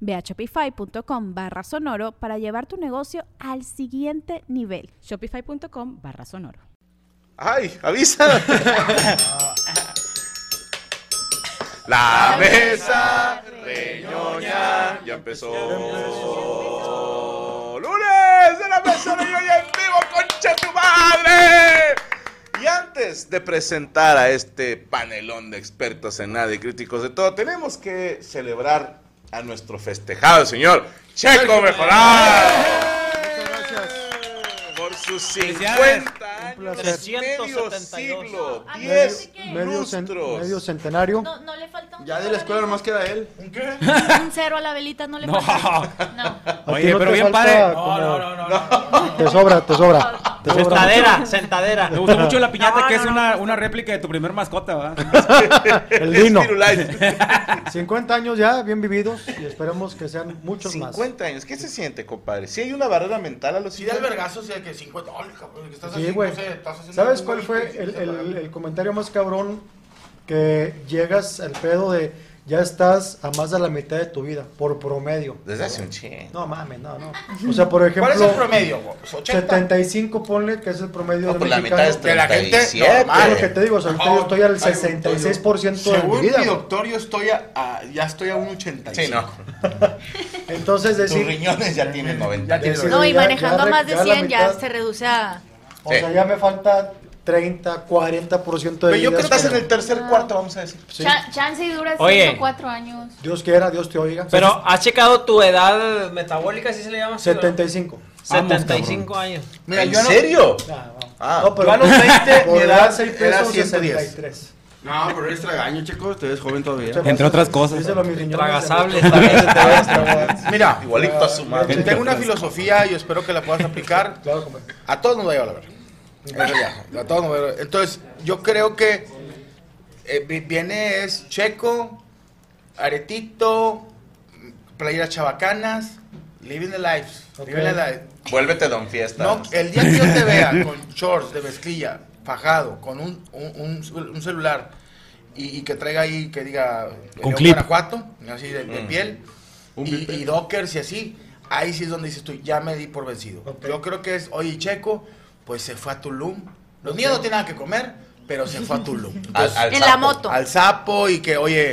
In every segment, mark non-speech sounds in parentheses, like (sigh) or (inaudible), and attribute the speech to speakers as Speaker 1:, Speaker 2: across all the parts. Speaker 1: Ve a shopify.com barra sonoro para llevar tu negocio al siguiente nivel.
Speaker 2: Shopify.com barra sonoro.
Speaker 3: ¡Ay! ¡Avisa! La mesa reñoña ya empezó. ¡Lunes de la mesa reñoña en vivo, concha tu madre! Y antes de presentar a este panelón de expertos en nada y críticos de todo, tenemos que celebrar a nuestro festejado señor Checo Mejorado por sus 50 años, medio
Speaker 4: 372.
Speaker 3: siglo,
Speaker 5: Ay,
Speaker 3: diez
Speaker 5: ¿qué?
Speaker 6: Medio, cen-
Speaker 3: lustros.
Speaker 6: medio centenario.
Speaker 5: No, no le falta un
Speaker 7: Ya de
Speaker 5: cero
Speaker 7: la
Speaker 5: a
Speaker 7: escuela nomás queda él.
Speaker 5: velita. Un cero a la velita no le
Speaker 4: No. (laughs)
Speaker 5: falta. No.
Speaker 6: A ti
Speaker 4: Oye,
Speaker 6: no
Speaker 4: pero
Speaker 6: te
Speaker 4: bien
Speaker 6: falta
Speaker 4: padre.
Speaker 6: como-
Speaker 4: no,
Speaker 6: Te sobra, te sobra.
Speaker 8: Pues
Speaker 6: Te sobra
Speaker 4: Sentadera, sentadera. Me gusta mucho la piñata que es una, una réplica de tu primer mascota, ¿verdad?
Speaker 6: mucho. El
Speaker 3: Es
Speaker 6: Dino.
Speaker 3: Firulais.
Speaker 6: 50 años ya, bien vividos. Y esperemos que sean
Speaker 3: (laughs)
Speaker 6: muchos más.
Speaker 3: 50 años, ¿qué se siente, compadre? Si hay una barrera mental a los
Speaker 7: Sí, da el
Speaker 3: 50.
Speaker 7: vergazo, o sea, que 50. ¡Ay, cabrón! que estás
Speaker 6: Sí,
Speaker 7: así,
Speaker 6: güey.
Speaker 7: no sé, estás haciendo
Speaker 6: ¿Sabes
Speaker 7: un
Speaker 6: cuál fue
Speaker 7: golpe y
Speaker 6: el,
Speaker 7: estás
Speaker 6: el-
Speaker 7: agarrando.
Speaker 6: el comentario más cabrón? Que llegas al pedo de ya estás a más de la mitad de tu vida, por promedio.
Speaker 3: Desde hace un chingo.
Speaker 6: No mames, no, no. O sea, por ejemplo,
Speaker 7: ¿Cuál es el promedio? güey? ¿Pues 80.
Speaker 6: 75 ponle que es el promedio
Speaker 3: No,
Speaker 6: del
Speaker 3: pues la
Speaker 6: mexicano.
Speaker 3: mitad es
Speaker 7: De la gente,
Speaker 3: 37.
Speaker 6: Es lo
Speaker 7: normal.
Speaker 6: que te digo, o sea, ahorita yo estoy al
Speaker 7: Ay,
Speaker 6: 66% de mi
Speaker 7: Según
Speaker 6: vida.
Speaker 7: mi
Speaker 6: güey.
Speaker 7: doctor, yo estoy a, a- ya estoy a un 85.
Speaker 3: Sí, no.
Speaker 6: Entonces
Speaker 3: Tus
Speaker 6: decir,
Speaker 3: riñones ya tienen 90.
Speaker 7: Ya tiene-
Speaker 6: decir,
Speaker 5: No, y
Speaker 6: ya-
Speaker 5: manejando
Speaker 6: ya
Speaker 5: a
Speaker 6: re-
Speaker 5: más de
Speaker 6: ya la
Speaker 5: 100 ya
Speaker 6: mitad-
Speaker 5: se reduce a...
Speaker 6: O sea, ya me falta 30, 40% de
Speaker 3: Pero yo
Speaker 6: vida. Ah.
Speaker 3: creo que estás en
Speaker 6: pero-
Speaker 3: el tercer cuarto, vamos a decir.
Speaker 6: sí.
Speaker 5: Cha- chance y dura
Speaker 4: Oye.
Speaker 5: 5 o 4 años.
Speaker 6: Dios quiera, Dios te oiga.
Speaker 8: Pero has checado tu edad metabólica, si se le llama. así, verdad?
Speaker 6: 75.
Speaker 8: 75 años.
Speaker 7: Mira,
Speaker 3: ¿En
Speaker 7: yo no.
Speaker 3: serio?
Speaker 6: Ah, no.
Speaker 3: Ah.
Speaker 6: No, pero
Speaker 7: Yo a los 20,
Speaker 6: por
Speaker 7: mi
Speaker 6: edad,
Speaker 7: edad
Speaker 6: seis
Speaker 7: era
Speaker 6: pesos,
Speaker 7: 110.
Speaker 6: 63.
Speaker 7: No, pero eres tragaño, chicos. Usted es joven todavía.
Speaker 6: Se me hace-
Speaker 4: otras cosas.
Speaker 6: díselo a mis riñones,
Speaker 8: Intragasable,
Speaker 6: se me-
Speaker 8: también.
Speaker 6: se te va a extragar.
Speaker 7: Mira,
Speaker 3: Igualito a su madre.
Speaker 7: tengo una filosofía y espero que la puedas aplicar.
Speaker 6: (laughs) Claro, como-
Speaker 7: A todos nos va a llevar la verga. Eso ya, a todos nos va a llevar. Entonces, yo creo que eh, vi- viene es Checo, Aretito, Playeras Chavacanas, Living the Lives. Living the
Speaker 6: Ok.
Speaker 7: life.
Speaker 3: Vuélvete Don Fiesta.
Speaker 7: No, el día que yo te vea con shorts de mezclilla, fajado, con un, un- un- un celular y, y que traiga ahí, que diga
Speaker 4: Con
Speaker 7: León,
Speaker 4: clip.
Speaker 7: Guanajuato, así de, de piel, y, y dockers y así, ahí sí es donde dices tú, ya me di por vencido.
Speaker 6: Ok.
Speaker 7: Yo creo que es, oye, Checo, pues se fue a Tulum. Los niños no tienen nada que comer, pero se fue a Tulum.
Speaker 3: Al-
Speaker 7: Entonces,
Speaker 3: al
Speaker 5: En la
Speaker 3: sapo.
Speaker 5: moto.
Speaker 7: al sapo y que, oye,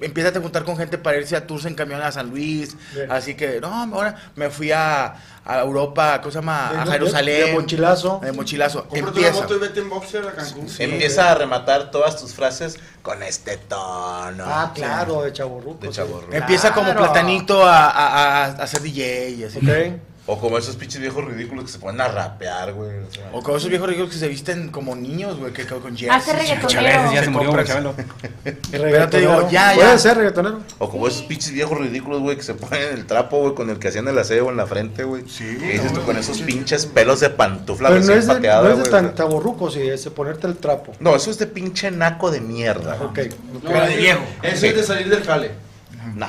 Speaker 7: empieza a juntar con gente para irse a tours en camión a San Luis.
Speaker 6: Bien.
Speaker 7: Así que, no, ahora me fui a, a Europa, ¿cómo se llama?
Speaker 6: De-
Speaker 7: A
Speaker 6: de-
Speaker 7: Jerusalén.
Speaker 6: de mochilazo.
Speaker 7: De mochilazo.
Speaker 9: Cómprate una
Speaker 7: Empieza.
Speaker 9: moto y vete en boxer a Cancún.
Speaker 3: Sí, Empieza a rematar todas tus frases con este tono.
Speaker 6: Ah, claro, de chaborruco.
Speaker 3: De
Speaker 6: sí.
Speaker 3: chaborruco.
Speaker 7: Empieza como
Speaker 6: Claro.
Speaker 7: platanito a, a, a- a ser DJ y así.
Speaker 6: Ok.
Speaker 3: O como esos pinches viejos ridículos que se ponen a rapear, güey. o sea.
Speaker 7: O como esos viejos ricos que se visten como niños, güey, que que con jersey.
Speaker 5: Hace
Speaker 4: Chabelo, ya
Speaker 5: reggaetonero.
Speaker 4: se murió, güey, Chabelo.
Speaker 7: Pero te digo,
Speaker 6: Reggaetonero.
Speaker 7: ya, ya.
Speaker 6: Puede ser reggaetonero.
Speaker 3: O como esos pinches viejos ridículos, güey, que se ponen el trapo, güey, con el que hacían el aseo en la frente, güey. Sí, Y dices tú con esos pinches pelos de pantufla
Speaker 6: Pero no
Speaker 3: recién
Speaker 6: es de,
Speaker 3: pateada,
Speaker 6: no es de
Speaker 3: güey, o
Speaker 6: tan
Speaker 3: sea.
Speaker 6: chaborruco, sí, es de ponerte el trapo.
Speaker 3: No, eso es de pinche naco de mierda. güey.
Speaker 6: Ok.
Speaker 9: No, eso, eso es de salir del jale.
Speaker 3: Nah.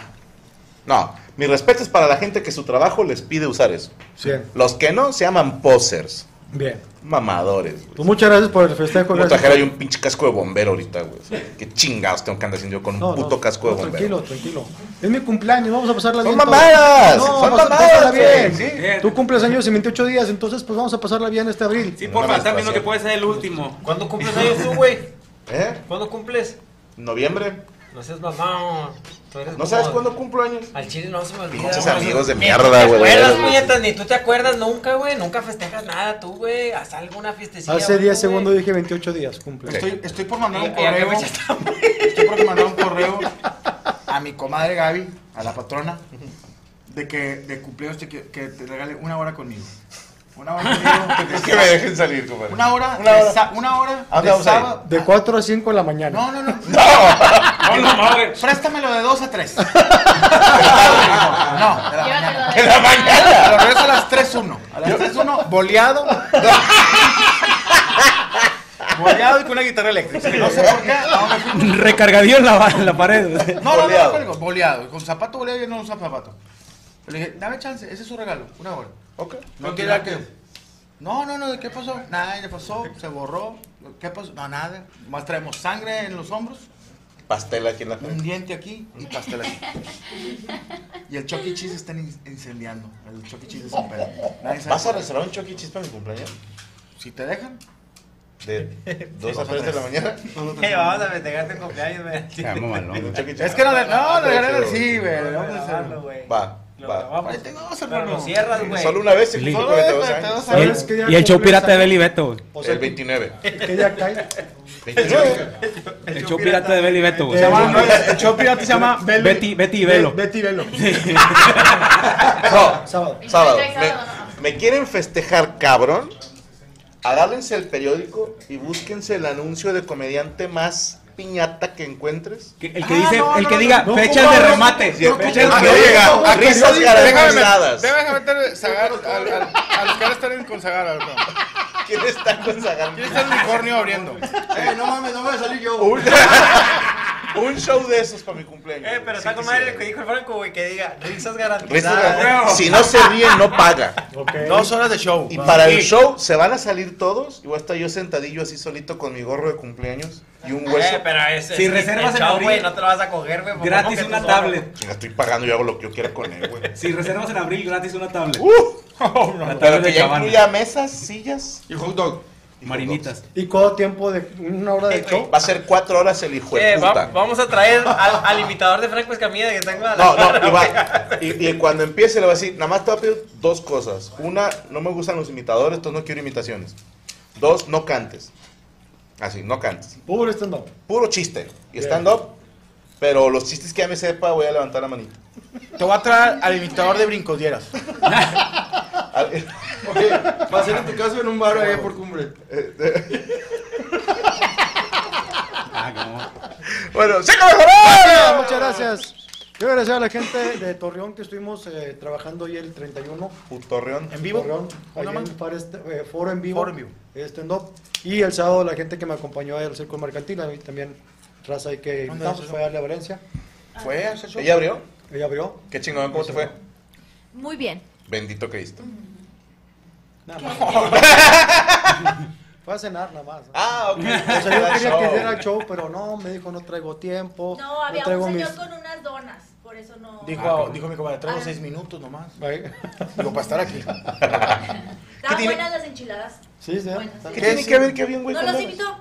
Speaker 3: No, mi respeto es para la gente que su trabajo les pide usar eso.
Speaker 6: Bien,
Speaker 3: Los que no se llaman posers,
Speaker 6: bien.
Speaker 3: mamadores, güey.
Speaker 6: Pues muchas gracias por el festejo.
Speaker 3: Como
Speaker 6: gracias
Speaker 3: trajera
Speaker 6: por-
Speaker 3: yo un pinche casco de bombero ahorita, güey. O sea, Qué chingados tengo que andar haciendo yo con un
Speaker 6: No, no,
Speaker 3: puto casco de
Speaker 6: no,
Speaker 3: bombero.
Speaker 6: Tranquilo, tranquilo. Es mi cumpleaños, vamos a pasarla
Speaker 3: ¡Son
Speaker 6: bien. todos.
Speaker 3: mamadas! ¡Son
Speaker 6: vamos a
Speaker 3: mamadas,
Speaker 6: pasarla
Speaker 3: güey!
Speaker 6: bien.
Speaker 4: Sí.
Speaker 6: Tú cumples años en 28 días, entonces pues vamos a pasarla bien este abril.
Speaker 8: Sí,
Speaker 3: Una
Speaker 8: porfa, están
Speaker 3: menstruación.
Speaker 8: viendo que puede ser el último. ¿Cuándo cumples años tú, güey?
Speaker 3: ¿Eh?
Speaker 8: ¿Cuándo cumples?
Speaker 3: ¿Noviembre?
Speaker 8: No seas mamá. Tú eres
Speaker 3: ¿No sabes
Speaker 8: como-
Speaker 3: cuándo cumplo años?
Speaker 8: Al chile no se me olvida.
Speaker 3: Pinches
Speaker 8: güey.
Speaker 3: amigos de
Speaker 8: Ni
Speaker 3: mierda,
Speaker 8: Tú
Speaker 3: güey.
Speaker 8: te acuerdas,
Speaker 3: Eres-
Speaker 8: puñetas, ni tú te acuerdas nunca, güey. Nunca festejas nada tú, güey. Haz alguna fiestecilla.
Speaker 6: Hace
Speaker 8: güey,
Speaker 6: 10
Speaker 8: güey.
Speaker 6: segundos dije 28 días, cumple.
Speaker 7: Estoy, estoy por mandar un
Speaker 8: Ya- ya me
Speaker 7: correo.
Speaker 8: echaste hambre.
Speaker 7: Estoy por mandar un correo a mi comadre Gaby, a la patrona, de que de cumpleaños te que, que te regale una hora conmigo. Una hora
Speaker 3: (laughs)
Speaker 7: conmigo.
Speaker 3: Es que me dejen salir, compadre.
Speaker 7: Una hora,
Speaker 3: Una
Speaker 7: de
Speaker 3: hora.
Speaker 7: sa- una hora
Speaker 3: ¿A dónde
Speaker 7: de
Speaker 3: vamos a ir?
Speaker 7: sábado.
Speaker 6: De 4 a 5 de la mañana.
Speaker 3: (laughs)
Speaker 7: No, no, no.
Speaker 4: No, no, mames.
Speaker 7: Préstamelo de 2 a
Speaker 3: (laughs)
Speaker 7: 3. no, de la
Speaker 5: Llévatelo
Speaker 7: mañana.
Speaker 5: de-
Speaker 3: En la mañana.
Speaker 7: Lo regreso a las 3.1. A las 3.1, boleado. (laughs)
Speaker 3: (laughs)
Speaker 7: boleado y con una guitarra eléctrica. No sé por qué. ¿a dónde fui?
Speaker 4: Recargadillo en la, en la pared. güey.
Speaker 7: No, no, no,
Speaker 3: Boleado.
Speaker 7: no, código, boleado. Con zapato boleado yo no uso zapato. Le dije, dame chance, ese es su regalo, una hora.
Speaker 3: Ok.
Speaker 7: No tiene nada que. No, no, no, ¿de qué pasó? Nada, le pasó, se borró. ¿Qué pasó? No, nada. Más traemos sangre en los hombros,
Speaker 3: Pastel aquí en la
Speaker 7: un
Speaker 3: frente.
Speaker 7: diente aquí y pastel aquí. Y el Chucky Cheese están in- incendiando. El Chucky Cheese es un pedo. Nadie sabe.
Speaker 3: ¿Vas a restaurar un choque para mi cumpleaños?
Speaker 7: Si te dejan.
Speaker 3: De 2 a
Speaker 7: dos a
Speaker 3: 3 de la
Speaker 7: tres.
Speaker 3: mañana.
Speaker 8: Eh,
Speaker 3: "Ah,
Speaker 8: Vamos a festejarte tu cumpleaños, (laughs) güey.
Speaker 4: Ya, mamalón, güey.
Speaker 3: Chucky Cheese. Ah,
Speaker 7: Es que no, le- Ah, no, le regalan
Speaker 3: Sí,
Speaker 7: sí, güey. le
Speaker 8: Vamos a
Speaker 7: vamos a hacer-
Speaker 8: grabarlo, güey.
Speaker 3: Va,
Speaker 8: Lo
Speaker 3: va.
Speaker 8: grabamos.
Speaker 7: Ahí tenemos,
Speaker 8: Pero
Speaker 7: hermano.
Speaker 8: lo cierras, güey.
Speaker 3: Solo una vez y
Speaker 4: Sí.
Speaker 3: solo 42
Speaker 7: Te
Speaker 3: años.
Speaker 7: vas a-
Speaker 4: Y el,
Speaker 6: ¿Sabes qué día
Speaker 4: y el show
Speaker 6: cumple
Speaker 4: pirata de
Speaker 6: Isaac?
Speaker 4: Beli Beto, güey.
Speaker 6: O sea,
Speaker 3: El 29.
Speaker 6: ¿Qué día cae?
Speaker 7: (laughs)
Speaker 3: 29.
Speaker 4: El show pirata de Beli Beto, güey.
Speaker 6: Se llama-
Speaker 9: el show pirata se llama Bel-
Speaker 4: Betty, Betty y
Speaker 9: Be-
Speaker 4: Velo.
Speaker 9: Betty Velo.
Speaker 3: No,
Speaker 6: Sábado.
Speaker 3: Sábado.
Speaker 5: Trae
Speaker 3: Me,
Speaker 5: sábado, ¿no?
Speaker 3: me quieren festejar, cabrón. Agárrense el periódico y búsquense el anuncio de comediante más piñata que encuentres.
Speaker 4: Que- El que
Speaker 7: Ah,
Speaker 4: dice,
Speaker 7: no,
Speaker 4: el
Speaker 7: no,
Speaker 4: que
Speaker 7: no,
Speaker 4: diga
Speaker 7: no,
Speaker 4: fechas
Speaker 7: no,
Speaker 4: de
Speaker 7: no,
Speaker 4: remate.
Speaker 3: Y el pinche
Speaker 4: Fechas-
Speaker 7: no,
Speaker 3: que
Speaker 7: no, no,
Speaker 3: llega,
Speaker 7: no,
Speaker 3: risas
Speaker 7: no,
Speaker 3: garantizadas.
Speaker 9: Déjame meter Zagar, al, al, a los que ahora están en- con Zagar ahorita.
Speaker 3: ¿Quién está con Zagar?
Speaker 9: ¿Quién está el unicornio abriendo?
Speaker 7: Eh, no mames, no voy a salir yo.
Speaker 3: Un, un show de esos para mi cumpleaños.
Speaker 8: Eh, pero
Speaker 3: Sí
Speaker 8: está con
Speaker 3: quisiera.
Speaker 8: madre lo que dijo el Franco, güey, que diga risas
Speaker 3: Risas
Speaker 8: garantizadas.
Speaker 3: garantizadas. Si no se ríen, no paga.
Speaker 6: Ok.
Speaker 7: Dos horas de show.
Speaker 3: Y para el show se van a salir todos y voy a estar yo sentadillo así solito con mi gorro de cumpleaños y un hueso.
Speaker 8: Eh, pero ese.
Speaker 4: Si reservas en
Speaker 8: el show,
Speaker 4: abril,
Speaker 8: güey, no te lo vas a coger, güey. porque
Speaker 4: Gratis
Speaker 8: como que
Speaker 4: una
Speaker 8: tú solo,
Speaker 4: tablet.
Speaker 3: Chinga, estoy pagando, yo hago lo que yo quiera con él, güey.
Speaker 4: (laughs) Si reservas en abril, gratis una tablet.
Speaker 3: Uh,
Speaker 4: La
Speaker 3: pero
Speaker 4: tablet
Speaker 3: que
Speaker 4: de
Speaker 3: ya
Speaker 4: Chavana.
Speaker 3: incluya mesas, sillas.
Speaker 9: Y hot dog.
Speaker 3: y
Speaker 4: Marinitas.
Speaker 6: ¿Y cuánto tiempo de una hora de
Speaker 8: Eh,
Speaker 6: show?
Speaker 3: hot dogs. Va a ser cuatro horas el hijo
Speaker 8: Eh,
Speaker 3: de
Speaker 8: va-
Speaker 3: puta.
Speaker 8: vamos a traer al, al imitador de Franco Escamilla que está en
Speaker 3: No,
Speaker 8: Guadalajara.
Speaker 3: no, y,
Speaker 8: güey.
Speaker 3: va- y, y cuando empiece le va a decir, nada más te voy a pedir dos cosas. Una, no me gustan los imitadores, entonces no quiero imitaciones. Dos, no cantes. Así, no cantes.
Speaker 6: Puro stand-up.
Speaker 3: Puro chiste y stand-up, pero los chistes que ya me sepa voy a levantar la manita.
Speaker 7: Te voy a traer al imitador de brincodieras.
Speaker 3: A-
Speaker 9: (laughs)
Speaker 3: eh,
Speaker 9: Ok, va a ser en tu caso en un bar allá por cumbre.
Speaker 3: eh,
Speaker 4: Ah, no.
Speaker 3: (laughs) bueno, ¡Seco Mejorado!
Speaker 6: Muchas gracias. Quiero agradecer a la gente de Torreón que estuvimos eh, trabajando hoy el 31.
Speaker 3: Putorreón.
Speaker 7: ¿En vivo?
Speaker 6: Torreón,
Speaker 7: ¿Una
Speaker 6: allá en
Speaker 7: más?
Speaker 6: Far Est- eh, foro en vivo. Eh,
Speaker 7: Foro en vivo.
Speaker 6: Stand-up. Y el sábado la gente que me acompañó al Circo Mercantil, a mí también raza ahí que
Speaker 7: ¿Dónde
Speaker 6: invitamos,
Speaker 7: es eso?
Speaker 6: fue a la Valencia.
Speaker 7: ¿Fue a hacer show?
Speaker 3: ¿Ella abrió?
Speaker 6: Ella abrió.
Speaker 3: Qué chingón, ¿cómo te fue?
Speaker 5: Muy bien.
Speaker 3: Bendito Cristo.
Speaker 6: Fue a cenar nada más. ¿no?
Speaker 3: Ah, (laughs) ok.
Speaker 6: O sea, yo quería que diera el show, pero no, me dijo no traigo tiempo.
Speaker 10: No, había
Speaker 6: traigo
Speaker 10: un señor
Speaker 6: mis-
Speaker 10: con unas donas, por eso no.
Speaker 7: Dijo, dijo mi comadre, traigo
Speaker 10: Ah.
Speaker 7: seis minutos nomás.
Speaker 6: Ahí.
Speaker 7: Digo, para estar aquí.
Speaker 1: Ah,
Speaker 10: Estaban
Speaker 3: tiene?
Speaker 10: buenas las enchiladas.
Speaker 6: Sí, sí.
Speaker 10: Bueno,
Speaker 3: ¿Qué
Speaker 10: sí.
Speaker 3: tiene que ver que había un güey
Speaker 10: ¿No
Speaker 3: con
Speaker 10: los
Speaker 3: donas?
Speaker 10: invitó?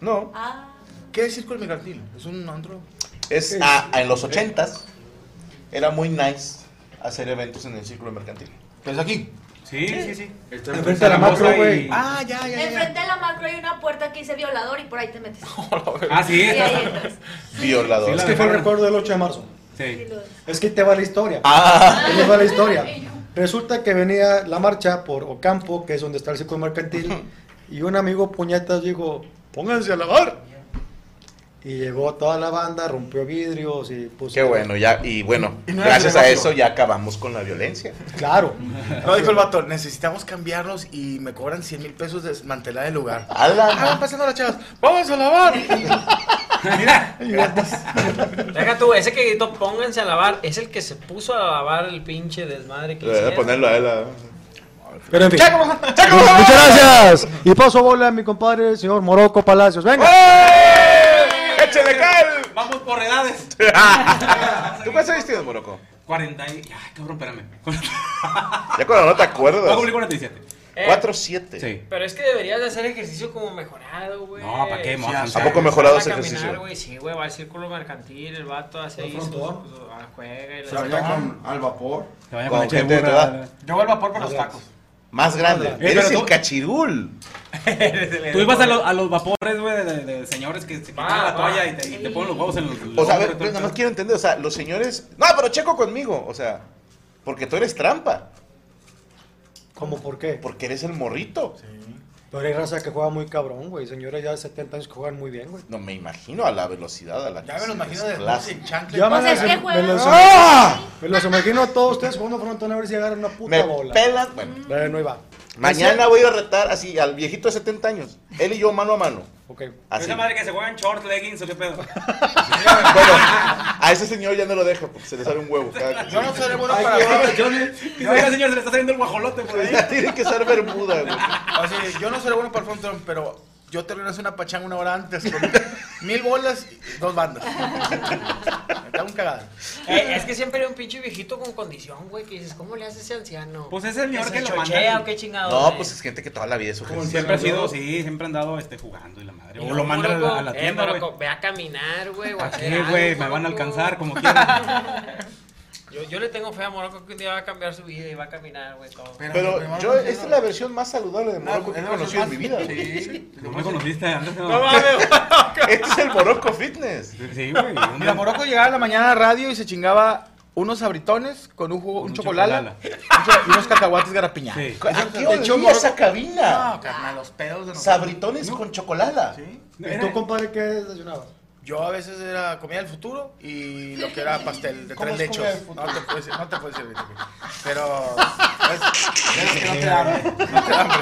Speaker 3: No.
Speaker 10: Ah,
Speaker 7: ¿Qué es Circo El Mercantil? Es un antro.
Speaker 3: Es ah, en los ochentas era muy nice hacer eventos en el círculo mercantil.
Speaker 7: ¿Pero es Pues aquí?
Speaker 4: Sí, sí, sí.
Speaker 9: Está
Speaker 6: Enfrente de la macro, güey.
Speaker 7: Ah, ya, ya, ya.
Speaker 10: enfrente de la macro hay una puerta que dice violador y por ahí te metes.
Speaker 4: Ah, sí.
Speaker 10: Y ahí
Speaker 4: está-
Speaker 10: entras.
Speaker 3: Violador.
Speaker 4: Sí,
Speaker 6: Es
Speaker 4: la-
Speaker 6: que fue el recuerdo del 8 de marzo.
Speaker 10: Y
Speaker 4: Sí. (laughs)
Speaker 10: los-
Speaker 6: Es que ahí te va la historia.
Speaker 3: Ah,
Speaker 6: Ahí les va
Speaker 10: (laughs)
Speaker 6: la historia. Resulta que venía la marcha por Ocampo, que es donde está el
Speaker 3: (laughs)
Speaker 6: circo mercantil, y un amigo puñetas dijo, pónganse a lavar. Y llegó toda la banda, rompió vidrios y puso...
Speaker 3: qué bueno, ya, y bueno,
Speaker 7: Y no era
Speaker 3: gracias
Speaker 7: su
Speaker 3: a
Speaker 7: negocio.
Speaker 3: eso ya acabamos con la violencia. (laughs)
Speaker 6: Claro.
Speaker 7: No, dijo el vato, necesitamos cambiarnos y me cobran 100 mil pesos de desmantelar el lugar.
Speaker 3: A la
Speaker 7: Ah, van pasando las chavas. ¡Vamos a lavar! Mira, gratis.
Speaker 8: Deja tú, ese que gritó, pónganse a lavar, es el que se puso a lavar el pinche desmadre que
Speaker 3: Voy a
Speaker 8: hicieron.
Speaker 3: ponerlo a él. a-
Speaker 6: Pero en fin.
Speaker 7: ¡Chaco!
Speaker 6: Muchas gracias. Y paso bola a mi compadre, el señor Morocco Palacios. Venga.
Speaker 3: ¡Eh! ¡Échale cal!
Speaker 4: Vamos por edades.
Speaker 3: ¿Tú cuál estás vestido, Morocco? (laughs)
Speaker 4: 40 y... Ay, cabrón, espérame.
Speaker 3: Ya cuando no te
Speaker 4: Voy a
Speaker 3: acuerdas.
Speaker 4: cumplir 47.
Speaker 8: Eh,
Speaker 3: 4-7.
Speaker 8: Pero es que deberías de hacer ejercicio como mejorado, güey.
Speaker 4: No, ¿para qué, Mohan?
Speaker 3: ¿A poco mejorado ese
Speaker 8: Sal a caminar,
Speaker 3: ejercicio?
Speaker 8: güey, sí, güey, va al círculo mercantil, el vato hace ahí. sus- sus- ah, Juega y la-
Speaker 11: Se baña con al vapor.
Speaker 4: Se baña
Speaker 3: con Con leche gente de tu burra. edad.
Speaker 11: Yo voy al vapor por los tacos.
Speaker 3: Más grande.
Speaker 4: Eh, pero
Speaker 3: Eres el
Speaker 4: tú-
Speaker 3: cachirul.
Speaker 8: (laughs)
Speaker 4: Tú ibas a, lo- a los vapores, güey, de, de- de señores
Speaker 8: Ah,
Speaker 4: que se quitan la toalla y te, y te ponen los huevos en los.
Speaker 3: O sea, a
Speaker 4: los-
Speaker 3: ver, pero nada más quiero entender, o sea, los señores. No, pero checo conmigo, o sea, porque tú eres trampa.
Speaker 6: ¿Cómo por qué?
Speaker 3: Porque eres el morrito.
Speaker 6: Pero hay raza que juega muy cabrón, güey. Señores ya de 70 años que juegan muy bien, güey.
Speaker 3: No me imagino a la velocidad a la que
Speaker 6: Ya me lo
Speaker 3: se
Speaker 6: imagino
Speaker 3: desplaza.
Speaker 6: desnudos sin
Speaker 7: chancla.
Speaker 6: Ya me,
Speaker 7: Pues
Speaker 6: las-
Speaker 7: es que
Speaker 6: me
Speaker 7: juegan.
Speaker 6: los,
Speaker 7: ¡Ah!
Speaker 6: me los imagino a todos ustedes jugando frontón a ver si agarran una puta
Speaker 3: Me
Speaker 6: bola. Mm.
Speaker 3: pelas, bueno.
Speaker 6: Bueno, ahí va.
Speaker 3: Mañana voy a retar así al viejito de 70 años. Él y yo mano a mano.
Speaker 6: Ok.
Speaker 3: Así.
Speaker 4: Esa madre que se juega en short, leggings o
Speaker 3: (laughs)
Speaker 4: qué pedo.
Speaker 3: A ese señor ya no lo dejo porque se le sale un huevo. cada-
Speaker 4: Yo no seré bueno
Speaker 3: Ay,
Speaker 4: para-
Speaker 3: qué-
Speaker 4: No, oiga, señor, se le está saliendo el guajolote
Speaker 3: (laughs)
Speaker 4: por ahí.
Speaker 3: Tiene que ser bermuda, güey.
Speaker 7: O sea, yo no seré bueno para el frontón, pero yo termino hacer una pachanga una hora antes con mil bolas y dos bandas. Me da un cagada.
Speaker 8: Eh, es que siempre era un pinche viejito con condición, güey, que dices, ¿cómo le hace ese anciano?
Speaker 4: Pues es el señor que
Speaker 8: se
Speaker 4: lo
Speaker 8: chochea
Speaker 4: manda.
Speaker 8: o qué chingado.
Speaker 3: No,
Speaker 8: güey?
Speaker 3: pues es gente que toda la vida es su
Speaker 4: Como
Speaker 3: ejercicio.
Speaker 4: siempre ha sido, sí, siempre han andado este, jugando y la madre.
Speaker 8: Y
Speaker 4: O lo mandan a la, a la
Speaker 8: eh,
Speaker 4: tienda, güey.
Speaker 8: Morocco, ve a caminar, güey. o a hacer
Speaker 4: ¿Qué, güey?
Speaker 8: algo,
Speaker 4: Me van a
Speaker 8: Morocco.
Speaker 4: alcanzar como quieran.
Speaker 8: (laughs) Yo, yo le tengo fe a Morocco que un día va a cambiar su vida y va a caminar, güey, todo.
Speaker 3: Pero yo, esta es la versión más saludable de Morocco que he conocido en mi vida. güey.
Speaker 4: No me conociste antes.
Speaker 3: No
Speaker 4: (laughs)
Speaker 3: mames. Este es el Morocco Fitness.
Speaker 4: Sí, güey.
Speaker 7: Mira, Morocco llegaba a la mañana a radio y se chingaba unos abritones con un jugo, un, chocolala, y unos cacahuates garapiñados.
Speaker 3: ¿A qué olía esa cabina? No, carnal, los pedos de Sabritones con chocolada.
Speaker 6: ¿Y tú, compadre, qué desayunabas?
Speaker 7: Yo a veces era comida del futuro y lo que era pastel de
Speaker 6: ¿Cómo es
Speaker 7: tres lechos.
Speaker 6: comida del futuro?
Speaker 7: No te puedes, no te puedes servir. güey.
Speaker 3: (laughs)
Speaker 7: Pero. pues, es- es que no te da hambre.